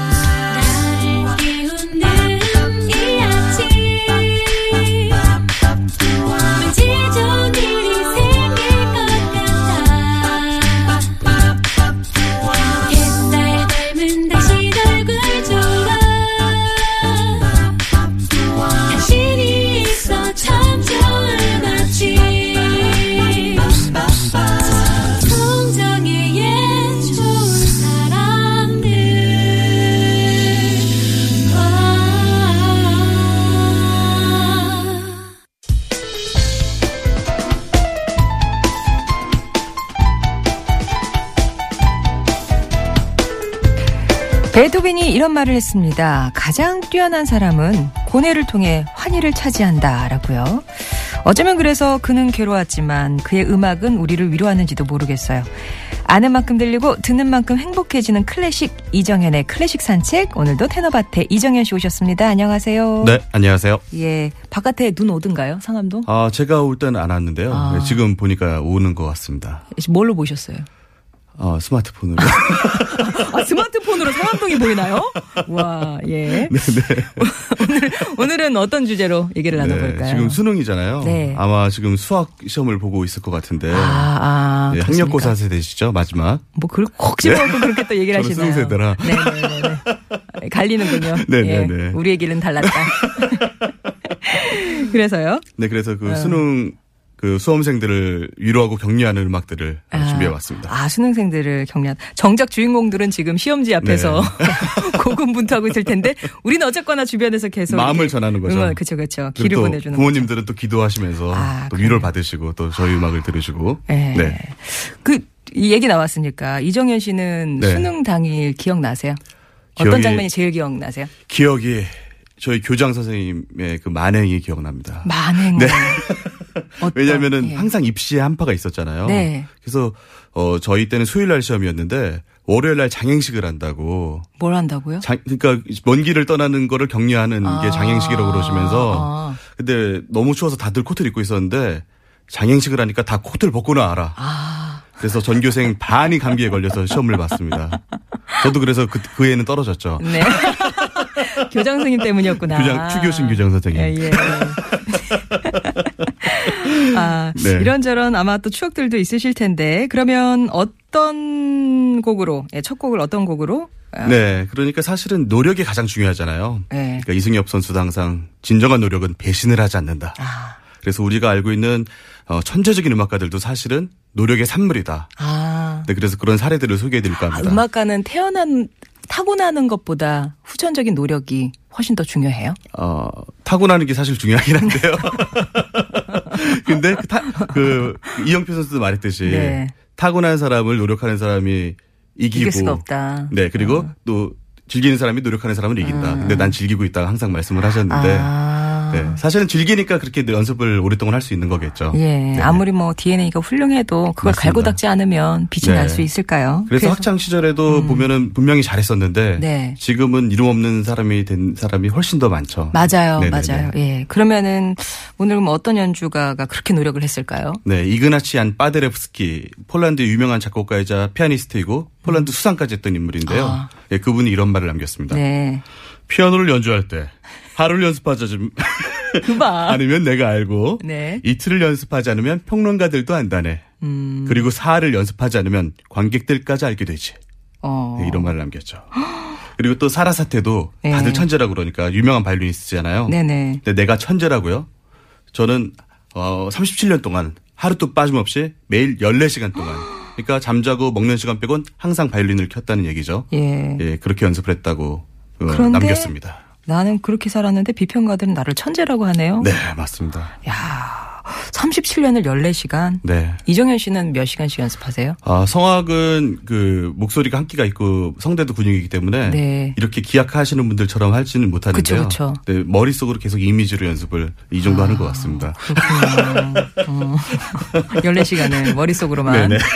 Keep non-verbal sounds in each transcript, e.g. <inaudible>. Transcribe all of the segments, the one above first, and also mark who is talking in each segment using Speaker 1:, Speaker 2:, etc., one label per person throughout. Speaker 1: 나를 깨우는 이 아침 왠지 좋은 일이 생길 것 같아 옛날 닮은 당신 얼굴 좋아 당신이 있어 참 좋은 아침 성정의 좋은 사람들
Speaker 2: 베토벤이 이런 말을 했습니다. 가장 뛰어난 사람은 고뇌를 통해 환희를 차지한다라고요. 어쩌면 그래서 그는 괴로웠지만 그의 음악은 우리를 위로하는지도 모르겠어요. 아는 만큼 들리고 듣는 만큼 행복해지는 클래식 이정현의 클래식 산책 오늘도 테너밭에 이정현 씨 오셨습니다. 안녕하세요.
Speaker 3: 네, 안녕하세요.
Speaker 2: 예, 바깥에 눈 오든가요, 상암동?
Speaker 3: 아, 제가 올 때는 안 왔는데요.
Speaker 2: 아.
Speaker 3: 네, 지금 보니까 오는 것 같습니다.
Speaker 2: 뭘로 보셨어요?
Speaker 3: 어, 스마트폰으로.
Speaker 2: <laughs> 아, 스마트폰으로 상암동이 보이나요? 와, 예.
Speaker 3: 네.
Speaker 2: 오늘 오늘은 어떤 주제로 얘기를 나눠볼까요?
Speaker 3: 네, 지금 수능이잖아요.
Speaker 2: 네.
Speaker 3: 아마 지금 수학 시험을 보고 있을 것 같은데.
Speaker 2: 아, 아
Speaker 3: 네,
Speaker 2: 그렇습니까?
Speaker 3: 학력고사 세대시죠, 마지막.
Speaker 2: 뭐 그걸 콕 집어갖고 그렇게 또 얘기를
Speaker 3: 네. 저는
Speaker 2: 하시나요? 네,
Speaker 3: 수능세대라.
Speaker 2: 네네네. 갈리는군요.
Speaker 3: 네네네.
Speaker 2: 예, 우리의 길은 달랐다.
Speaker 3: <laughs>
Speaker 2: 그래서요.
Speaker 3: 네, 그래서 그 수능 그 수험생들을 위로하고 격려하는 음악들을
Speaker 2: 아,
Speaker 3: 준비해 왔습니다.
Speaker 2: 아, 수능생들을 격려. 정작 주인공들은 지금 시험지 앞에서 <laughs> 고군분투하고 있을 텐데 우리는 어쨌거나 주변에서 계속
Speaker 3: 네. 마음을 전하는 거죠.
Speaker 2: 응원, 그쵸, 그쵸. 길을
Speaker 3: 또
Speaker 2: 보내주는
Speaker 3: 부모님들은 또 기도하시면서
Speaker 2: 아,
Speaker 3: 또
Speaker 2: 그래요.
Speaker 3: 위로를 받으시고 또 저희 음악을 들으시고.
Speaker 2: 예.
Speaker 3: 네.
Speaker 2: 그, 이 얘기 나왔으니까 이정현 씨는
Speaker 3: 네.
Speaker 2: 수능 당일 기억나세요? 어떤
Speaker 3: 기억이-
Speaker 2: 장면이 제일 기억나세요?
Speaker 3: 기억이 저희 교장 선생님의 그 만행이 기억납니다.
Speaker 2: 만행.
Speaker 3: 네.
Speaker 2: 어떤-
Speaker 3: 왜냐면은
Speaker 2: 예.
Speaker 3: 항상 입시에 한파가 있었잖아요.
Speaker 2: 네.
Speaker 3: 그래서 어 저희 때는 수요일 날 시험이었는데 월요일 날 장행식을 한다고
Speaker 2: 뭘 한다고요?
Speaker 3: 장, 그러니까 먼 길을 떠나는 거를 격려하는
Speaker 2: 아.
Speaker 3: 게 장행식이라고 그러시면서
Speaker 2: 아.
Speaker 3: 근데 너무 추워서 다들 코트를 입고 있었는데 장행식을 하니까 다 코트를 벗고 나와라.
Speaker 2: 아,
Speaker 3: 그래서 전교생 반이 감기에 걸려서 시험을 봤습니다. 저도 그래서 그, 그 해는 떨어졌죠.
Speaker 2: 네. <laughs> 교장 선생님 때문이었구나.
Speaker 3: 교장 추교신 교장 선생님.
Speaker 2: 예, 예. 아,
Speaker 3: 네.
Speaker 2: 이런저런 아마 또 추억들도 있으실 텐데, 그러면 어떤 곡으로, 예, 첫 곡을 어떤 곡으로? 아,
Speaker 3: 네, 그러니까 사실은 노력이 가장 중요하잖아요.
Speaker 2: 네.
Speaker 3: 그러니까 이승엽 선수도 항상 진정한 노력은 배신을 하지 않는다.
Speaker 2: 아,
Speaker 3: 그래서 우리가 알고 있는 어, 천재적인 음악가들도 사실은 노력의 산물이다.
Speaker 2: 아.
Speaker 3: 네, 그래서 그런 사례들을 소개해드릴까
Speaker 2: 아,
Speaker 3: 합니다.
Speaker 2: 음악가는 태어난, 타고나는 것보다 후천적인 노력이 훨씬 더 중요해요?
Speaker 3: 어, 타고나는 게 사실 중요하긴 한데요. <laughs> 근데 그, 타, 그 이영표 선수도 말했듯이
Speaker 2: 네.
Speaker 3: 타고난 사람을 노력하는 사람이 이기고
Speaker 2: 이길 수가 없다. 어.
Speaker 3: 네, 그리고 또 즐기는 사람이 노력하는 사람은 이긴다. 근데 난 즐기고 있다고 항상 말씀을 하셨는데
Speaker 2: 아.
Speaker 3: 네, 사실은 즐기니까 그렇게 늘 연습을 오랫동안 할 수 있는 거겠죠.
Speaker 2: 예,
Speaker 3: 네.
Speaker 2: 아무리 뭐 DNA가 훌륭해도 그걸
Speaker 3: 맞습니다.
Speaker 2: 갈고 닦지 않으면 빛이
Speaker 3: 네.
Speaker 2: 날 수 있을까요?
Speaker 3: 그래서, 학창 시절에도 보면은 분명히 잘했었는데
Speaker 2: 음. 네.
Speaker 3: 지금은 이름 없는 사람이 된 사람이 훨씬 더 많죠.
Speaker 2: 맞아요,
Speaker 3: 네네네.
Speaker 2: 맞아요. 예, 그러면은 오늘 뭐 어떤 연주가가 그렇게 노력을 했을까요?
Speaker 3: 네, 이그나치안 빠데레프스키 폴란드의 유명한 작곡가이자 피아니스트이고 폴란드 수상까지 했던 인물인데요.
Speaker 2: 음. 아.
Speaker 3: 예, 그분이 이런 말을 남겼습니다.
Speaker 2: 네,
Speaker 3: 피아노를 연주할 때 하루를 연습하자 좀 <laughs>
Speaker 2: 그봐.
Speaker 3: 않으면 내가 알고
Speaker 2: 아. 네.
Speaker 3: 이틀을 연습하지 않으면 평론가들도 안다네.
Speaker 2: 음.
Speaker 3: 그리고 사흘을 연습하지 않으면 관객들까지 알게 되지.
Speaker 2: 어,
Speaker 3: 네, 이런 말을 남겼죠. 그리고 또 사라 사태도
Speaker 2: 네.
Speaker 3: 다들 천재라고 그러니까 유명한 바이올리니스트잖아요.
Speaker 2: 네네.
Speaker 3: 근데 내가 천재라고요? 저는 어 37년 동안 하루도 빠짐없이 매일 14시간 동안 그러니까 잠자고 먹는 시간 빼곤 항상 바이올린을 켰다는 얘기죠.
Speaker 2: 예.
Speaker 3: 예, 그렇게 연습을 했다고 어,
Speaker 2: 그런데-
Speaker 3: 남겼습니다.
Speaker 2: 나는 그렇게 살았는데 비평가들은 나를 천재라고 하네요.
Speaker 3: 네, 맞습니다.
Speaker 2: 야, 37년을 14시간.
Speaker 3: 네.
Speaker 2: 이정현 씨는 몇 시간씩 연습하세요?
Speaker 3: 아, 성악은 그 목소리가 한 끼가 있고 성대도 근육이기 때문에
Speaker 2: 네.
Speaker 3: 이렇게 기약하시는 분들처럼 할지는 못하는데요.
Speaker 2: 그쵸, 아. 그쵸.
Speaker 3: 네, 머릿속으로 계속 이미지로 연습을 이 정도 하는 것 같습니다.
Speaker 2: 그렇군요. <laughs> 어. 14시간을 머릿속으로만. <laughs>
Speaker 3: 네네. <laughs>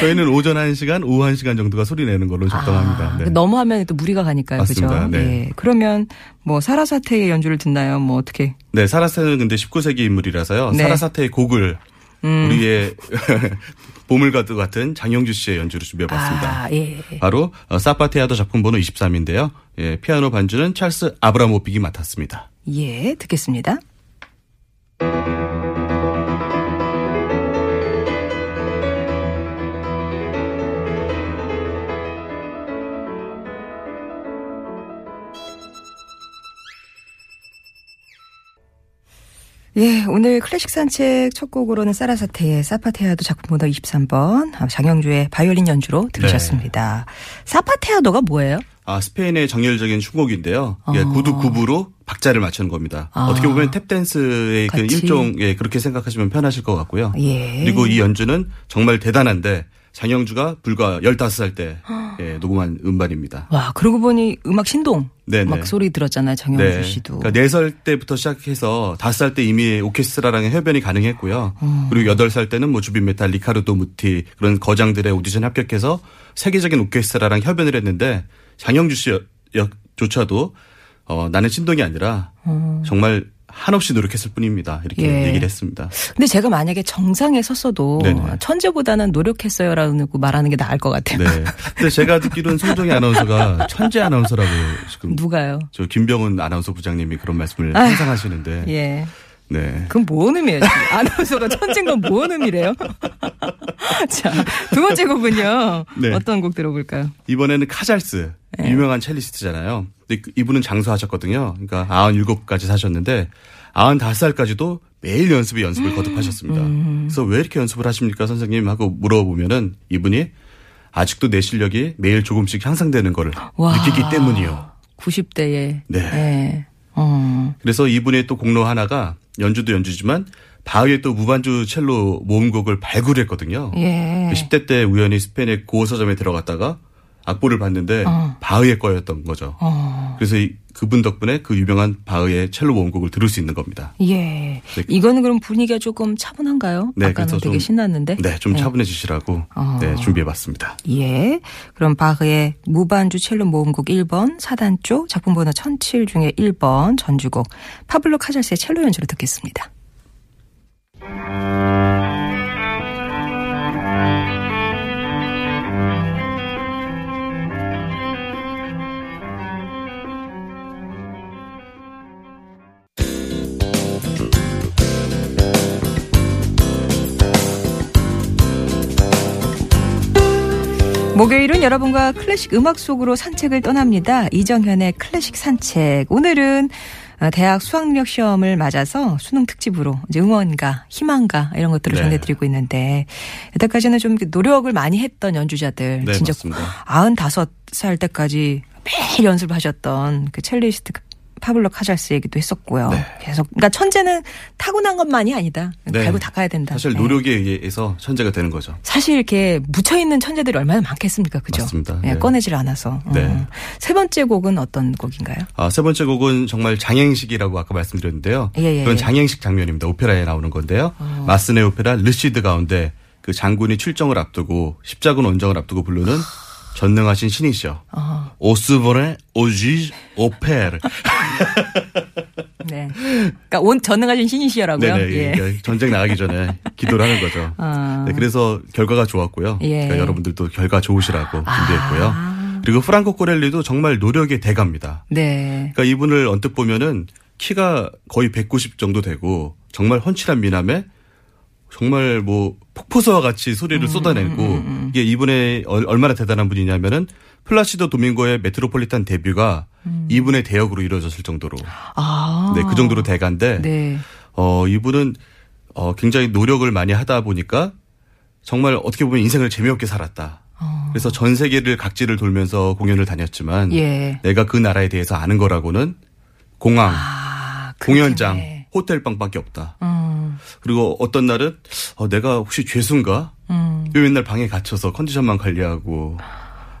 Speaker 3: 저희는 오전 1시간, 오후 1시간 정도가 소리 내는 걸로 적당합니다.
Speaker 2: 아,
Speaker 3: 네.
Speaker 2: 너무 하면 또 무리가 가니까 그죠?
Speaker 3: 맞습니다. 네.
Speaker 2: 예. 그러면 뭐 사라사태의 연주를 듣나요? 뭐 어떻게?
Speaker 3: 네, 사라사는 근데 19세기 인물이라서요.
Speaker 2: 네. 음.
Speaker 3: 사라사태의 곡을 우리의 <laughs> 보물과도 같은 장영주 씨의 연주로 준비해봤습니다.
Speaker 2: 아, 예.
Speaker 3: 바로 어, 사파테아도 작품 번호 23인데요. 예, 피아노 반주는 찰스 아브라모빅이 맡았습니다.
Speaker 2: 예, 듣겠습니다. 예, 오늘 클래식 산책 첫 곡으로는 사라사테의 사파테아도 작품번호 23번 아, 장영주의 바이올린 연주로 들으셨습니다.
Speaker 3: 네.
Speaker 2: 사파테아도가 뭐예요?
Speaker 3: 아, 스페인의 정열적인 춤곡인데요. 예, 구두 굽으로 박자를 맞추는 겁니다.
Speaker 2: 아.
Speaker 3: 어떻게 보면 탭댄스의 그
Speaker 2: 같이.
Speaker 3: 일종, 예, 그렇게 생각하시면 편하실 것 같고요.
Speaker 2: 예.
Speaker 3: 그리고 이 연주는 정말 대단한데, 장영주가 불과 15살 때
Speaker 2: 아.
Speaker 3: 예, 녹음한 음반입니다.
Speaker 2: 와, 그러고 보니 음악 신동
Speaker 3: 네네.
Speaker 2: 막 소리 들었잖아요. 정영주 씨도.
Speaker 3: 그러니까 4살 때부터 시작해서 5살 때 이미 오케스트라랑의 협연이 가능했고요.
Speaker 2: 어.
Speaker 3: 그리고 8살 때는 뭐 주빈 메탈, 리카르도 무티 그런 거장들의 오디션 합격해서 세계적인 오케스트라랑 협연을 했는데 장영주 씨조차도 어, 나는 신동이 아니라 정말 한없이 노력했을 뿐입니다. 이렇게
Speaker 2: 어. 예.
Speaker 3: 얘기를 했습니다.
Speaker 2: 근데 제가 만약에 정상에 섰어도
Speaker 3: 네네.
Speaker 2: 천재보다는 노력했어요라고 말하는 게 나을 것 같아요.
Speaker 3: 네. 근데 제가 듣기로는 송정희 아나운서가 천재 아나운서라고
Speaker 2: <laughs>
Speaker 3: 지금
Speaker 2: 누가요?
Speaker 3: 저 김병훈 아나운서 부장님이 그런 말씀을
Speaker 2: 아휴.
Speaker 3: 항상 하시는데
Speaker 2: 예.
Speaker 3: 네.
Speaker 2: 그건 뭔 의미예요? 지금? <laughs> 아나운서가 천재인 건 뭔 의미래요? <laughs> 자, 두 번째 곡은요.
Speaker 3: 네.
Speaker 2: 어떤 곡 들어볼까요?
Speaker 3: 이번에는 카잘스
Speaker 2: 네.
Speaker 3: 유명한 첼리스트잖아요. 근데 그- 이분은 장수하셨거든요. 그러니까 97까지 사셨는데 95살까지도 매일 연습에 연습을
Speaker 2: 음,
Speaker 3: 거듭하셨습니다. 그래서 왜 이렇게 연습을 하십니까 선생님 하고 물어보면은 이분이 아직도 내 실력이 매일 조금씩 향상되는 거를
Speaker 2: 와.
Speaker 3: 느끼기 때문이요.
Speaker 2: 90대에.
Speaker 3: 네.
Speaker 2: 예. 어.
Speaker 3: 그래서 이분의 또 공로 하나가 연주도 연주지만 바흐의 또 무반주 첼로 모음곡을 발굴했거든요.
Speaker 2: 예.
Speaker 3: 10대 때 우연히 스페인의 고어 서점에 들어갔다가 악보를 봤는데
Speaker 2: 어.
Speaker 3: 바흐의 거였던 거죠. 그래서 이- 그분 덕분에 그 유명한 바흐의 첼로 모음곡을 들을 수 있는 겁니다.
Speaker 2: 예. 이거는 그럼 분위기가 조금 차분한가요? 아까는 되게 신났는데.
Speaker 3: 네, 네. 좀
Speaker 2: 예.
Speaker 3: 차분해지시라고
Speaker 2: 아.
Speaker 3: 네, 준비해봤습니다.
Speaker 2: 예. 그럼 바흐의 무반주 첼로 모음곡 1번, 사단조, 작품 번호 1007 중에 1번 전주곡 파블로 카잘스의 첼로 연주를 듣겠습니다. 목요일은 여러분과 클래식 음악 속으로 산책을 떠납니다. 이정현의 클래식 산책. 오늘은 어, 대학 수학력 시험을 맞아서 수능 특집으로 이제 응원가, 희망가 이런 것들을
Speaker 3: 네.
Speaker 2: 전해드리고 있는데 여태까지는 좀 이렇게 노력을 많이 했던 연주자들
Speaker 3: 네,
Speaker 2: 진짜
Speaker 3: 맞습니다.
Speaker 2: 95살 때까지 매일 연습하셨던 그 첼리스트 파블로 카잘스 얘기도 했었고요.
Speaker 3: 네.
Speaker 2: 계속 그러니까 천재는 타고난 것만이 아니다.
Speaker 3: 네.
Speaker 2: 갈고 닦아야 된다.
Speaker 3: 사실
Speaker 2: 네.
Speaker 3: 노력에 의해서 천재가 되는 거죠.
Speaker 2: 사실 이렇게 묻혀 있는 천재들이 얼마나 많겠습니까, 그죠?
Speaker 3: 맞습니다.
Speaker 2: 예,
Speaker 3: 네.
Speaker 2: 꺼내질 않아서.
Speaker 3: 네.
Speaker 2: 음. 세 번째 곡은 어떤 곡인가요?
Speaker 3: 아, 세 번째 곡은 정말 장행식이라고 아까 말씀드렸는데요.
Speaker 2: 예, 예,
Speaker 3: 그런
Speaker 2: 예. 어.
Speaker 3: 장행식 장면입니다. 오페라에 나오는 건데요. 마스네 오페라 르시드 가운데 그 장군이 출정을 앞두고 십자군 원정을 앞두고 부르는
Speaker 2: 아.
Speaker 3: 전능하신 신이시여.
Speaker 2: 어.
Speaker 3: 오스본의 오지 오페르.
Speaker 2: 네, 그러니까 온 전능하신 <laughs> 신이시여라고요.
Speaker 3: 네네.
Speaker 2: 예.
Speaker 3: 그러니까 전쟁 나가기 전에 기도를 하는 거죠.
Speaker 2: 아.
Speaker 3: 네, 그래서 결과가 좋았고요.
Speaker 2: 예. 아.
Speaker 3: 그러니까 여러분들도 결과 좋으시라고 준비했고요. 그리고 프랑코 코렐리도 정말 노력의 대가입니다.
Speaker 2: 네.
Speaker 3: 그러니까 이분을 언뜻 보면은 키가 거의 190 정도 되고 정말 훤칠한 미남에 정말 뭐 폭포수와 같이 소리를
Speaker 2: 음,
Speaker 3: 쏟아내고 이게 이분의 얼- 얼마나 대단한 분이냐면은 플라시도 도밍고의 메트로폴리탄 데뷔가 이분의 대역으로 이루어졌을 정도로
Speaker 2: 음. 아,
Speaker 3: 네 그 정도로 대가인데
Speaker 2: 네.
Speaker 3: 어 이분은 어 굉장히 노력을 많이 하다 보니까 정말 어떻게 보면 인생을 재미없게 살았다.
Speaker 2: 어.
Speaker 3: 그래서 전 세계를 각지를 돌면서 공연을 다녔지만
Speaker 2: 예.
Speaker 3: 내가 그 나라에 대해서 아는 거라고는 공항,
Speaker 2: 아, 그렇겠네. 음,
Speaker 3: 공연장, 호텔 방밖에 없다. 그리고 어떤 날은 어, 내가 혹시 죄수인가?
Speaker 2: 음.
Speaker 3: 왜 맨날 방에 갇혀서 컨디션만 관리하고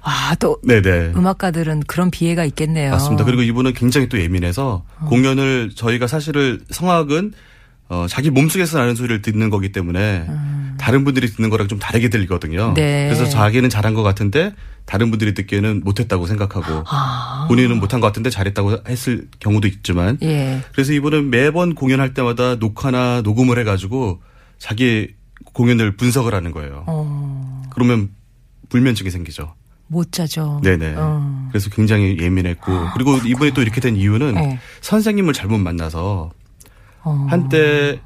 Speaker 2: 아, 또
Speaker 3: 네네
Speaker 2: 음악가들은 그런 비애가 있겠네요.
Speaker 3: 맞습니다. 그리고 이분은 굉장히 또 예민해서 공연을 어, 저희가 사실을 성악은 어, 자기 몸속에서 나는 소리를 듣는 거기 때문에 다 다른 분들이 듣는 거랑 좀 다르게 들리거든요.
Speaker 2: 음. 네.
Speaker 3: 그래서 자기는 잘한 것 같은데 다른 분들이 듣기에는 못했다고 생각하고
Speaker 2: 아.
Speaker 3: 본인은 못한 것 같은데 잘했다고 했을 경우도 있지만
Speaker 2: 예.
Speaker 3: 그래서 이분은 매번 공연할 때마다 녹화나 녹음을 해가지고 자기 공연을 분석을 하는 거예요.
Speaker 2: 어,
Speaker 3: 그러면 불면증이 생기죠.
Speaker 2: 못 자죠. 어.
Speaker 3: 네네.
Speaker 2: 아,
Speaker 3: 그래서 굉장히 예민했고 그리고 이번에 또 이렇게 된 이유는
Speaker 2: 네.
Speaker 3: 선생님을 잘못 만나서
Speaker 2: 어.
Speaker 3: 한때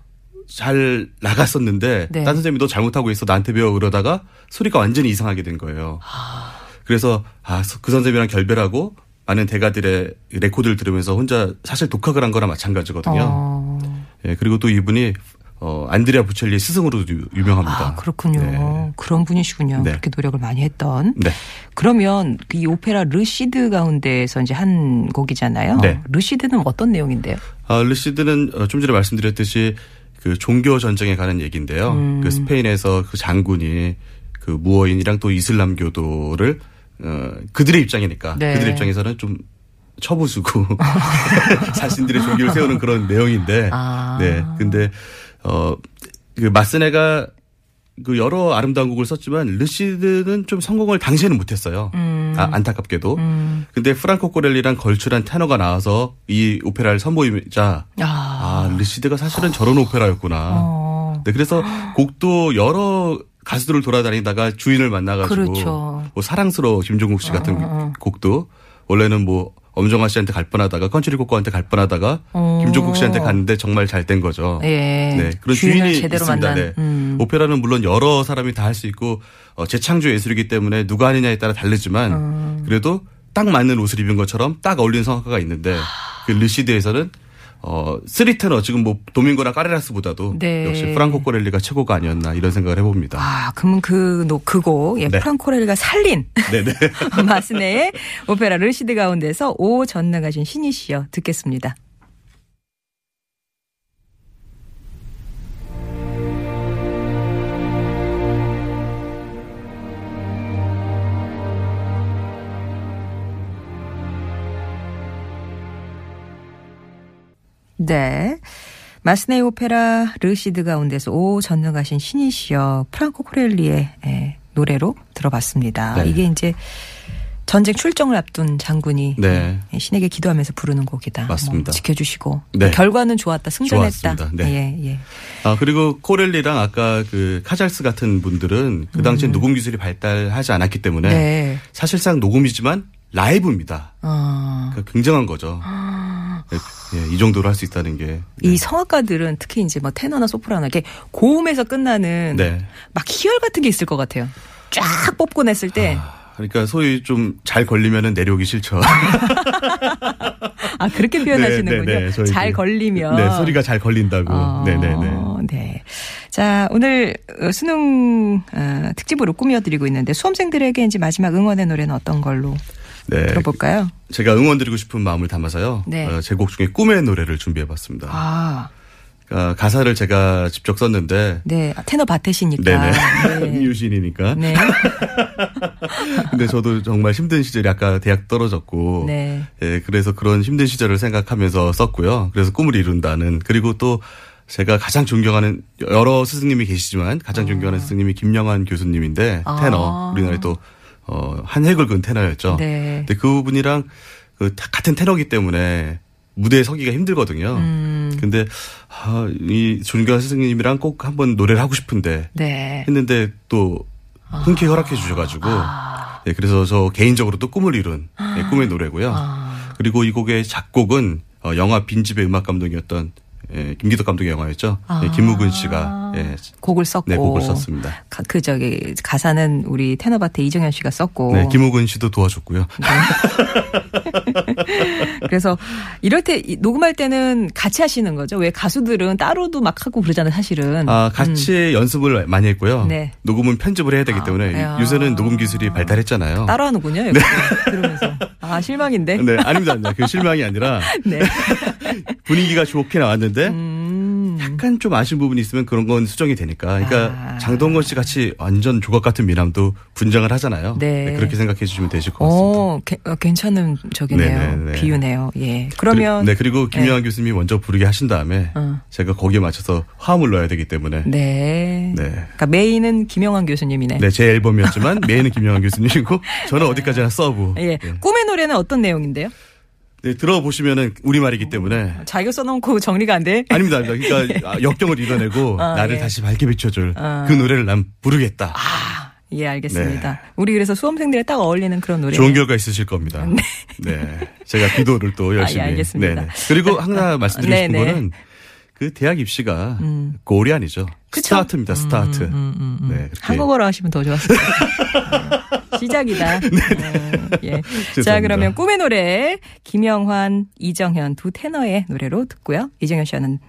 Speaker 3: 잘 나갔었는데
Speaker 2: 네.
Speaker 3: 딴 선생님이 너 잘못하고 있어 나한테 배워 그러다가 소리가 완전히 이상하게 된 거예요.
Speaker 2: 아.
Speaker 3: 그래서 아 그 선생님이랑 결별하고 많은 대가들의 레코드를 들으면서 혼자 사실 독학을 한 거나 마찬가지거든요.
Speaker 2: 어.
Speaker 3: 예, 그리고 또 이분이 어 안드레아 보첼리의 스승으로도 유- 유명합니다.
Speaker 2: 아, 그렇군요.
Speaker 3: 네.
Speaker 2: 그런 분이시군요.
Speaker 3: 네.
Speaker 2: 그렇게 노력을 많이 했던.
Speaker 3: 네.
Speaker 2: 그러면 그이 오페라 르시드 가운데에서 이제 한 곡이잖아요.
Speaker 3: 네.
Speaker 2: 르시드는 어떤 내용인데요?
Speaker 3: 아, 르시드는 어, 좀 전에 말씀드렸듯이 그 종교 전쟁에 관한 얘기인데요. 그 스페인에서 그 장군이 그 무어인이랑 또 이슬람교도를 어, 그들의 입장이니까
Speaker 2: 네.
Speaker 3: 그들의 입장에서는 좀 처부수고 <laughs> 자신들의 종교를 세우는 그런 내용인데
Speaker 2: 아.
Speaker 3: 네 근데 어그 마스네가 그 여러 아름다운 곡을 썼지만 르시드는 좀 성공을 당시에는 못했어요.
Speaker 2: 음.
Speaker 3: 아, 안타깝게도. 근데 프랑코 코렐리랑 걸출한 테너가 나와서 이 오페라를 선보이자
Speaker 2: 아.
Speaker 3: 아 르시드가 사실은 저런 오페라였구나.
Speaker 2: 어. <gasps>
Speaker 3: 네, 그래서 곡도 여러 가수들을 돌아다니다가 주인을 만나가지고
Speaker 2: 그렇죠. 어,
Speaker 3: 뭐 사랑스러워 김종국 씨 같은 곡도 원래는 뭐 엄정화 씨한테 갈 뻔하다가 컨츄리 코코한테 갈 뻔하다가
Speaker 2: 어.
Speaker 3: 김종국 씨한테 갔는데 정말 잘 된 거죠.
Speaker 2: 예.
Speaker 3: 네, 그런
Speaker 2: 주인을
Speaker 3: 주인이
Speaker 2: 제대로
Speaker 3: 있습니다.
Speaker 2: 만난.
Speaker 3: 네.
Speaker 2: 음.
Speaker 3: 오페라는 물론 여러 사람이 다 할 수 있고 어, 재창조 예술이기 때문에 누가 하느냐에 따라 다르지만
Speaker 2: 아.
Speaker 3: 그래도 딱 맞는 옷을 입은 것처럼 딱 어울리는 성악가가 있는데 그 르시드에서는 어 쓰리테너 지금 뭐 도밍고나 까레라스보다도
Speaker 2: 네.
Speaker 3: 역시 프랑코 코렐리가 최고가 아니었나 이런 생각을 해봅니다.
Speaker 2: 아, 그러면 그, 노, 그곡, 예,
Speaker 3: 네.
Speaker 2: 프랑코렐리가 살린
Speaker 3: 네네.
Speaker 2: <laughs> 마스네의 오페라 르시드 가운데서 오 전능하신 신이시여 듣겠습니다. 네. 마스네이 오페라 르시드 가운데서 오 전능하신 신이시여 프랑코 코렐리의 예, 노래로 들어봤습니다.
Speaker 3: 네.
Speaker 2: 이게 이제 전쟁 출정을 앞둔 장군이
Speaker 3: 네.
Speaker 2: 예, 신에게 기도하면서 부르는 곡이다.
Speaker 3: 맞습니다.
Speaker 2: 뭐 지켜주시고
Speaker 3: 네.
Speaker 2: 결과는 좋았다, 승전했다.
Speaker 3: 좋았습니다. 네.
Speaker 2: 예, 예.
Speaker 3: 아 그리고 코렐리랑 아까 그 카잘스 같은 분들은 그 당시 에 녹음 기술이 발달하지 않았기 때문에
Speaker 2: 네.
Speaker 3: 사실상 녹음이지만 라이브입니다.
Speaker 2: 어,
Speaker 3: 그러니까 굉장한 거죠. 예, 예, 이 정도로 할 수 있다는 게.
Speaker 2: 아.
Speaker 3: 네.
Speaker 2: 이 성악가들은 특히 이제 뭐 테너나 소프라노 이렇게 고음에서 끝나는
Speaker 3: 네.
Speaker 2: 막 희열 같은 게 있을 것 같아요. 쫙 뽑고 냈을 때
Speaker 3: 그러니까 소위 좀 잘 걸리면은 내려오기 싫죠.
Speaker 2: 아, 그렇게 <laughs> 표현하시는군요.
Speaker 3: 네, 네, 네, 저희
Speaker 2: 잘
Speaker 3: 그-
Speaker 2: 걸리면.
Speaker 3: 네, 소리가 잘 걸린다고.
Speaker 2: 어,
Speaker 3: 네, 네, 네.
Speaker 2: 네. 자, 오늘 어, 수능 어, 특집으로 꾸며드리고 있는데 수험생들에게 이제 마지막 응원의 노래는 어떤 걸로
Speaker 3: 네.
Speaker 2: 들어볼까요?
Speaker 3: 제가 응원드리고 싶은 마음을 담아서요. 어,
Speaker 2: 네.
Speaker 3: 제 곡 중에 꿈의 노래를 준비해 봤습니다.
Speaker 2: 아,
Speaker 3: 가사를 제가 직접 썼는데
Speaker 2: 네. 테너 바테시니까.
Speaker 3: 네네. <laughs>
Speaker 2: 네.
Speaker 3: 유신이니까.
Speaker 2: 네.
Speaker 3: 근데 저도 정말 힘든 시절이 아까 대학 떨어졌고.
Speaker 2: 네.
Speaker 3: 예, 그래서 그런 힘든 시절을 생각하면서 썼고요. 그래서 꿈을 이룬다는. 그리고 또 제가 가장 존경하는 여러 스승님이 계시지만 가장 존경하는 스승님이 김영환 교수님인데
Speaker 2: 아.
Speaker 3: 테너. 우리나라에 또, 어, 한 획을 그은 테너였죠.
Speaker 2: 네.
Speaker 3: 근데 그분이랑 그 다- 같은 테너기 때문에 무대에 서기가 힘들거든요.
Speaker 2: 음.
Speaker 3: 근데 아, 이 존경하는 스승님이랑 꼭 한번 노래를 하고 싶은데
Speaker 2: 네. 아.
Speaker 3: 했는데 또 흔쾌히 허락해 주셔가지고 예, 그래서 저 개인적으로 또 꿈을 이룬 예, 꿈의 노래고요.
Speaker 2: 아.
Speaker 3: 그리고 이 곡의 작곡은 어, 영화 빈집의 음악 감독이었던 예, 김기덕 감독의 영화였죠.
Speaker 2: 아.
Speaker 3: 예, 김무근 씨가 예,
Speaker 2: 곡을 썼고.
Speaker 3: 네, 곡을 썼습니다.
Speaker 2: 가- 그 저기 가사는 우리 테너 바테 이정현 씨가 썼고.
Speaker 3: 네, 김우근 씨도 도와줬고요.
Speaker 2: 음. 그래서 이럴 때 이- 녹음할 때는 같이 하시는 거죠. 왜 가수들은 따로도 막 하고 그러잖아요, 사실은.
Speaker 3: 아, 같이 연습을 많이 했고요.
Speaker 2: 음. 네.
Speaker 3: 녹음은 편집을 해야 되기 때문에
Speaker 2: 아,
Speaker 3: 요새는 녹음 기술이 발달했잖아요.
Speaker 2: 따로 하는군요. 이렇게 들으면서. 아, 실망인데. <laughs>
Speaker 3: 네, 아닙니다. 아닙니다. 그 실망이 아니라
Speaker 2: 네.
Speaker 3: 분위기가 좋게 나왔는데
Speaker 2: 음.
Speaker 3: 약간 좀 아쉬운 부분이 있으면 그런 건 수정이 되니까. 그러니까
Speaker 2: 아.
Speaker 3: 장동건 씨 같이 완전 조각 같은 미남도 분장을 하잖아요.
Speaker 2: 네.
Speaker 3: 그렇게 생각해 주시면 되실 것 같습니다.
Speaker 2: 어, 게- 어, 괜찮은 저기네요.
Speaker 3: 네네네.
Speaker 2: 비유네요. 예. 그러면
Speaker 3: 그리- 네 그리고 김영환 교수님이 먼저 부르게 하신 다음에
Speaker 2: 어.
Speaker 3: 제가 거기에 맞춰서 화음을 넣어야 되기 때문에
Speaker 2: 네.
Speaker 3: 네.
Speaker 2: 그러니까 메인은 김영환 교수님이네.
Speaker 3: 네 제 앨범이었지만
Speaker 2: <laughs>
Speaker 3: 메인은 김영환 교수님이고 저는 어디까지나 서브
Speaker 2: 네. 예.
Speaker 3: 네.
Speaker 2: 꿈의 노래는 어떤 내용인데요?
Speaker 3: 네, 들어보시면은 우리 말이기 때문에
Speaker 2: 자기가 써놓고 <laughs> 정리가 안 돼?
Speaker 3: 아닙니다 아닙니다
Speaker 2: <laughs>
Speaker 3: 그러니까 아, 역경을 이뤄내고
Speaker 2: 아,
Speaker 3: 나를
Speaker 2: 네. 예. 어.
Speaker 3: 다시 밝게 비춰줄 그 노래를 난 부르겠다
Speaker 2: 예, 알겠습니다. 우리 그래서 수험생들에 딱 어울리는 그런 노래.
Speaker 3: 좋은 결과 있으실 겁니다 네, 제가 기도를 또 열심히
Speaker 2: 아, 예, 알겠습니다. 아,
Speaker 3: 네네. 그리고 하나 말씀드리고 싶은
Speaker 2: 네네. 음.
Speaker 3: 거는 그 대학 입시가 골이 아니죠 스타트입니다 스타트 네 그렇게
Speaker 2: 한국어로 하시면 더 좋았을 것 같아요.
Speaker 3: <laughs>
Speaker 2: 시작이다. 음, 예. 자,
Speaker 3: 네, 죄송합니다.
Speaker 2: 그러면 꿈의 노래 김영환, 이정현 두 테너의 노래로 듣고요. 이정현 씨와는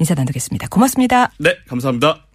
Speaker 2: 인사 나누겠습니다. 고맙습니다.
Speaker 3: 네 감사합니다.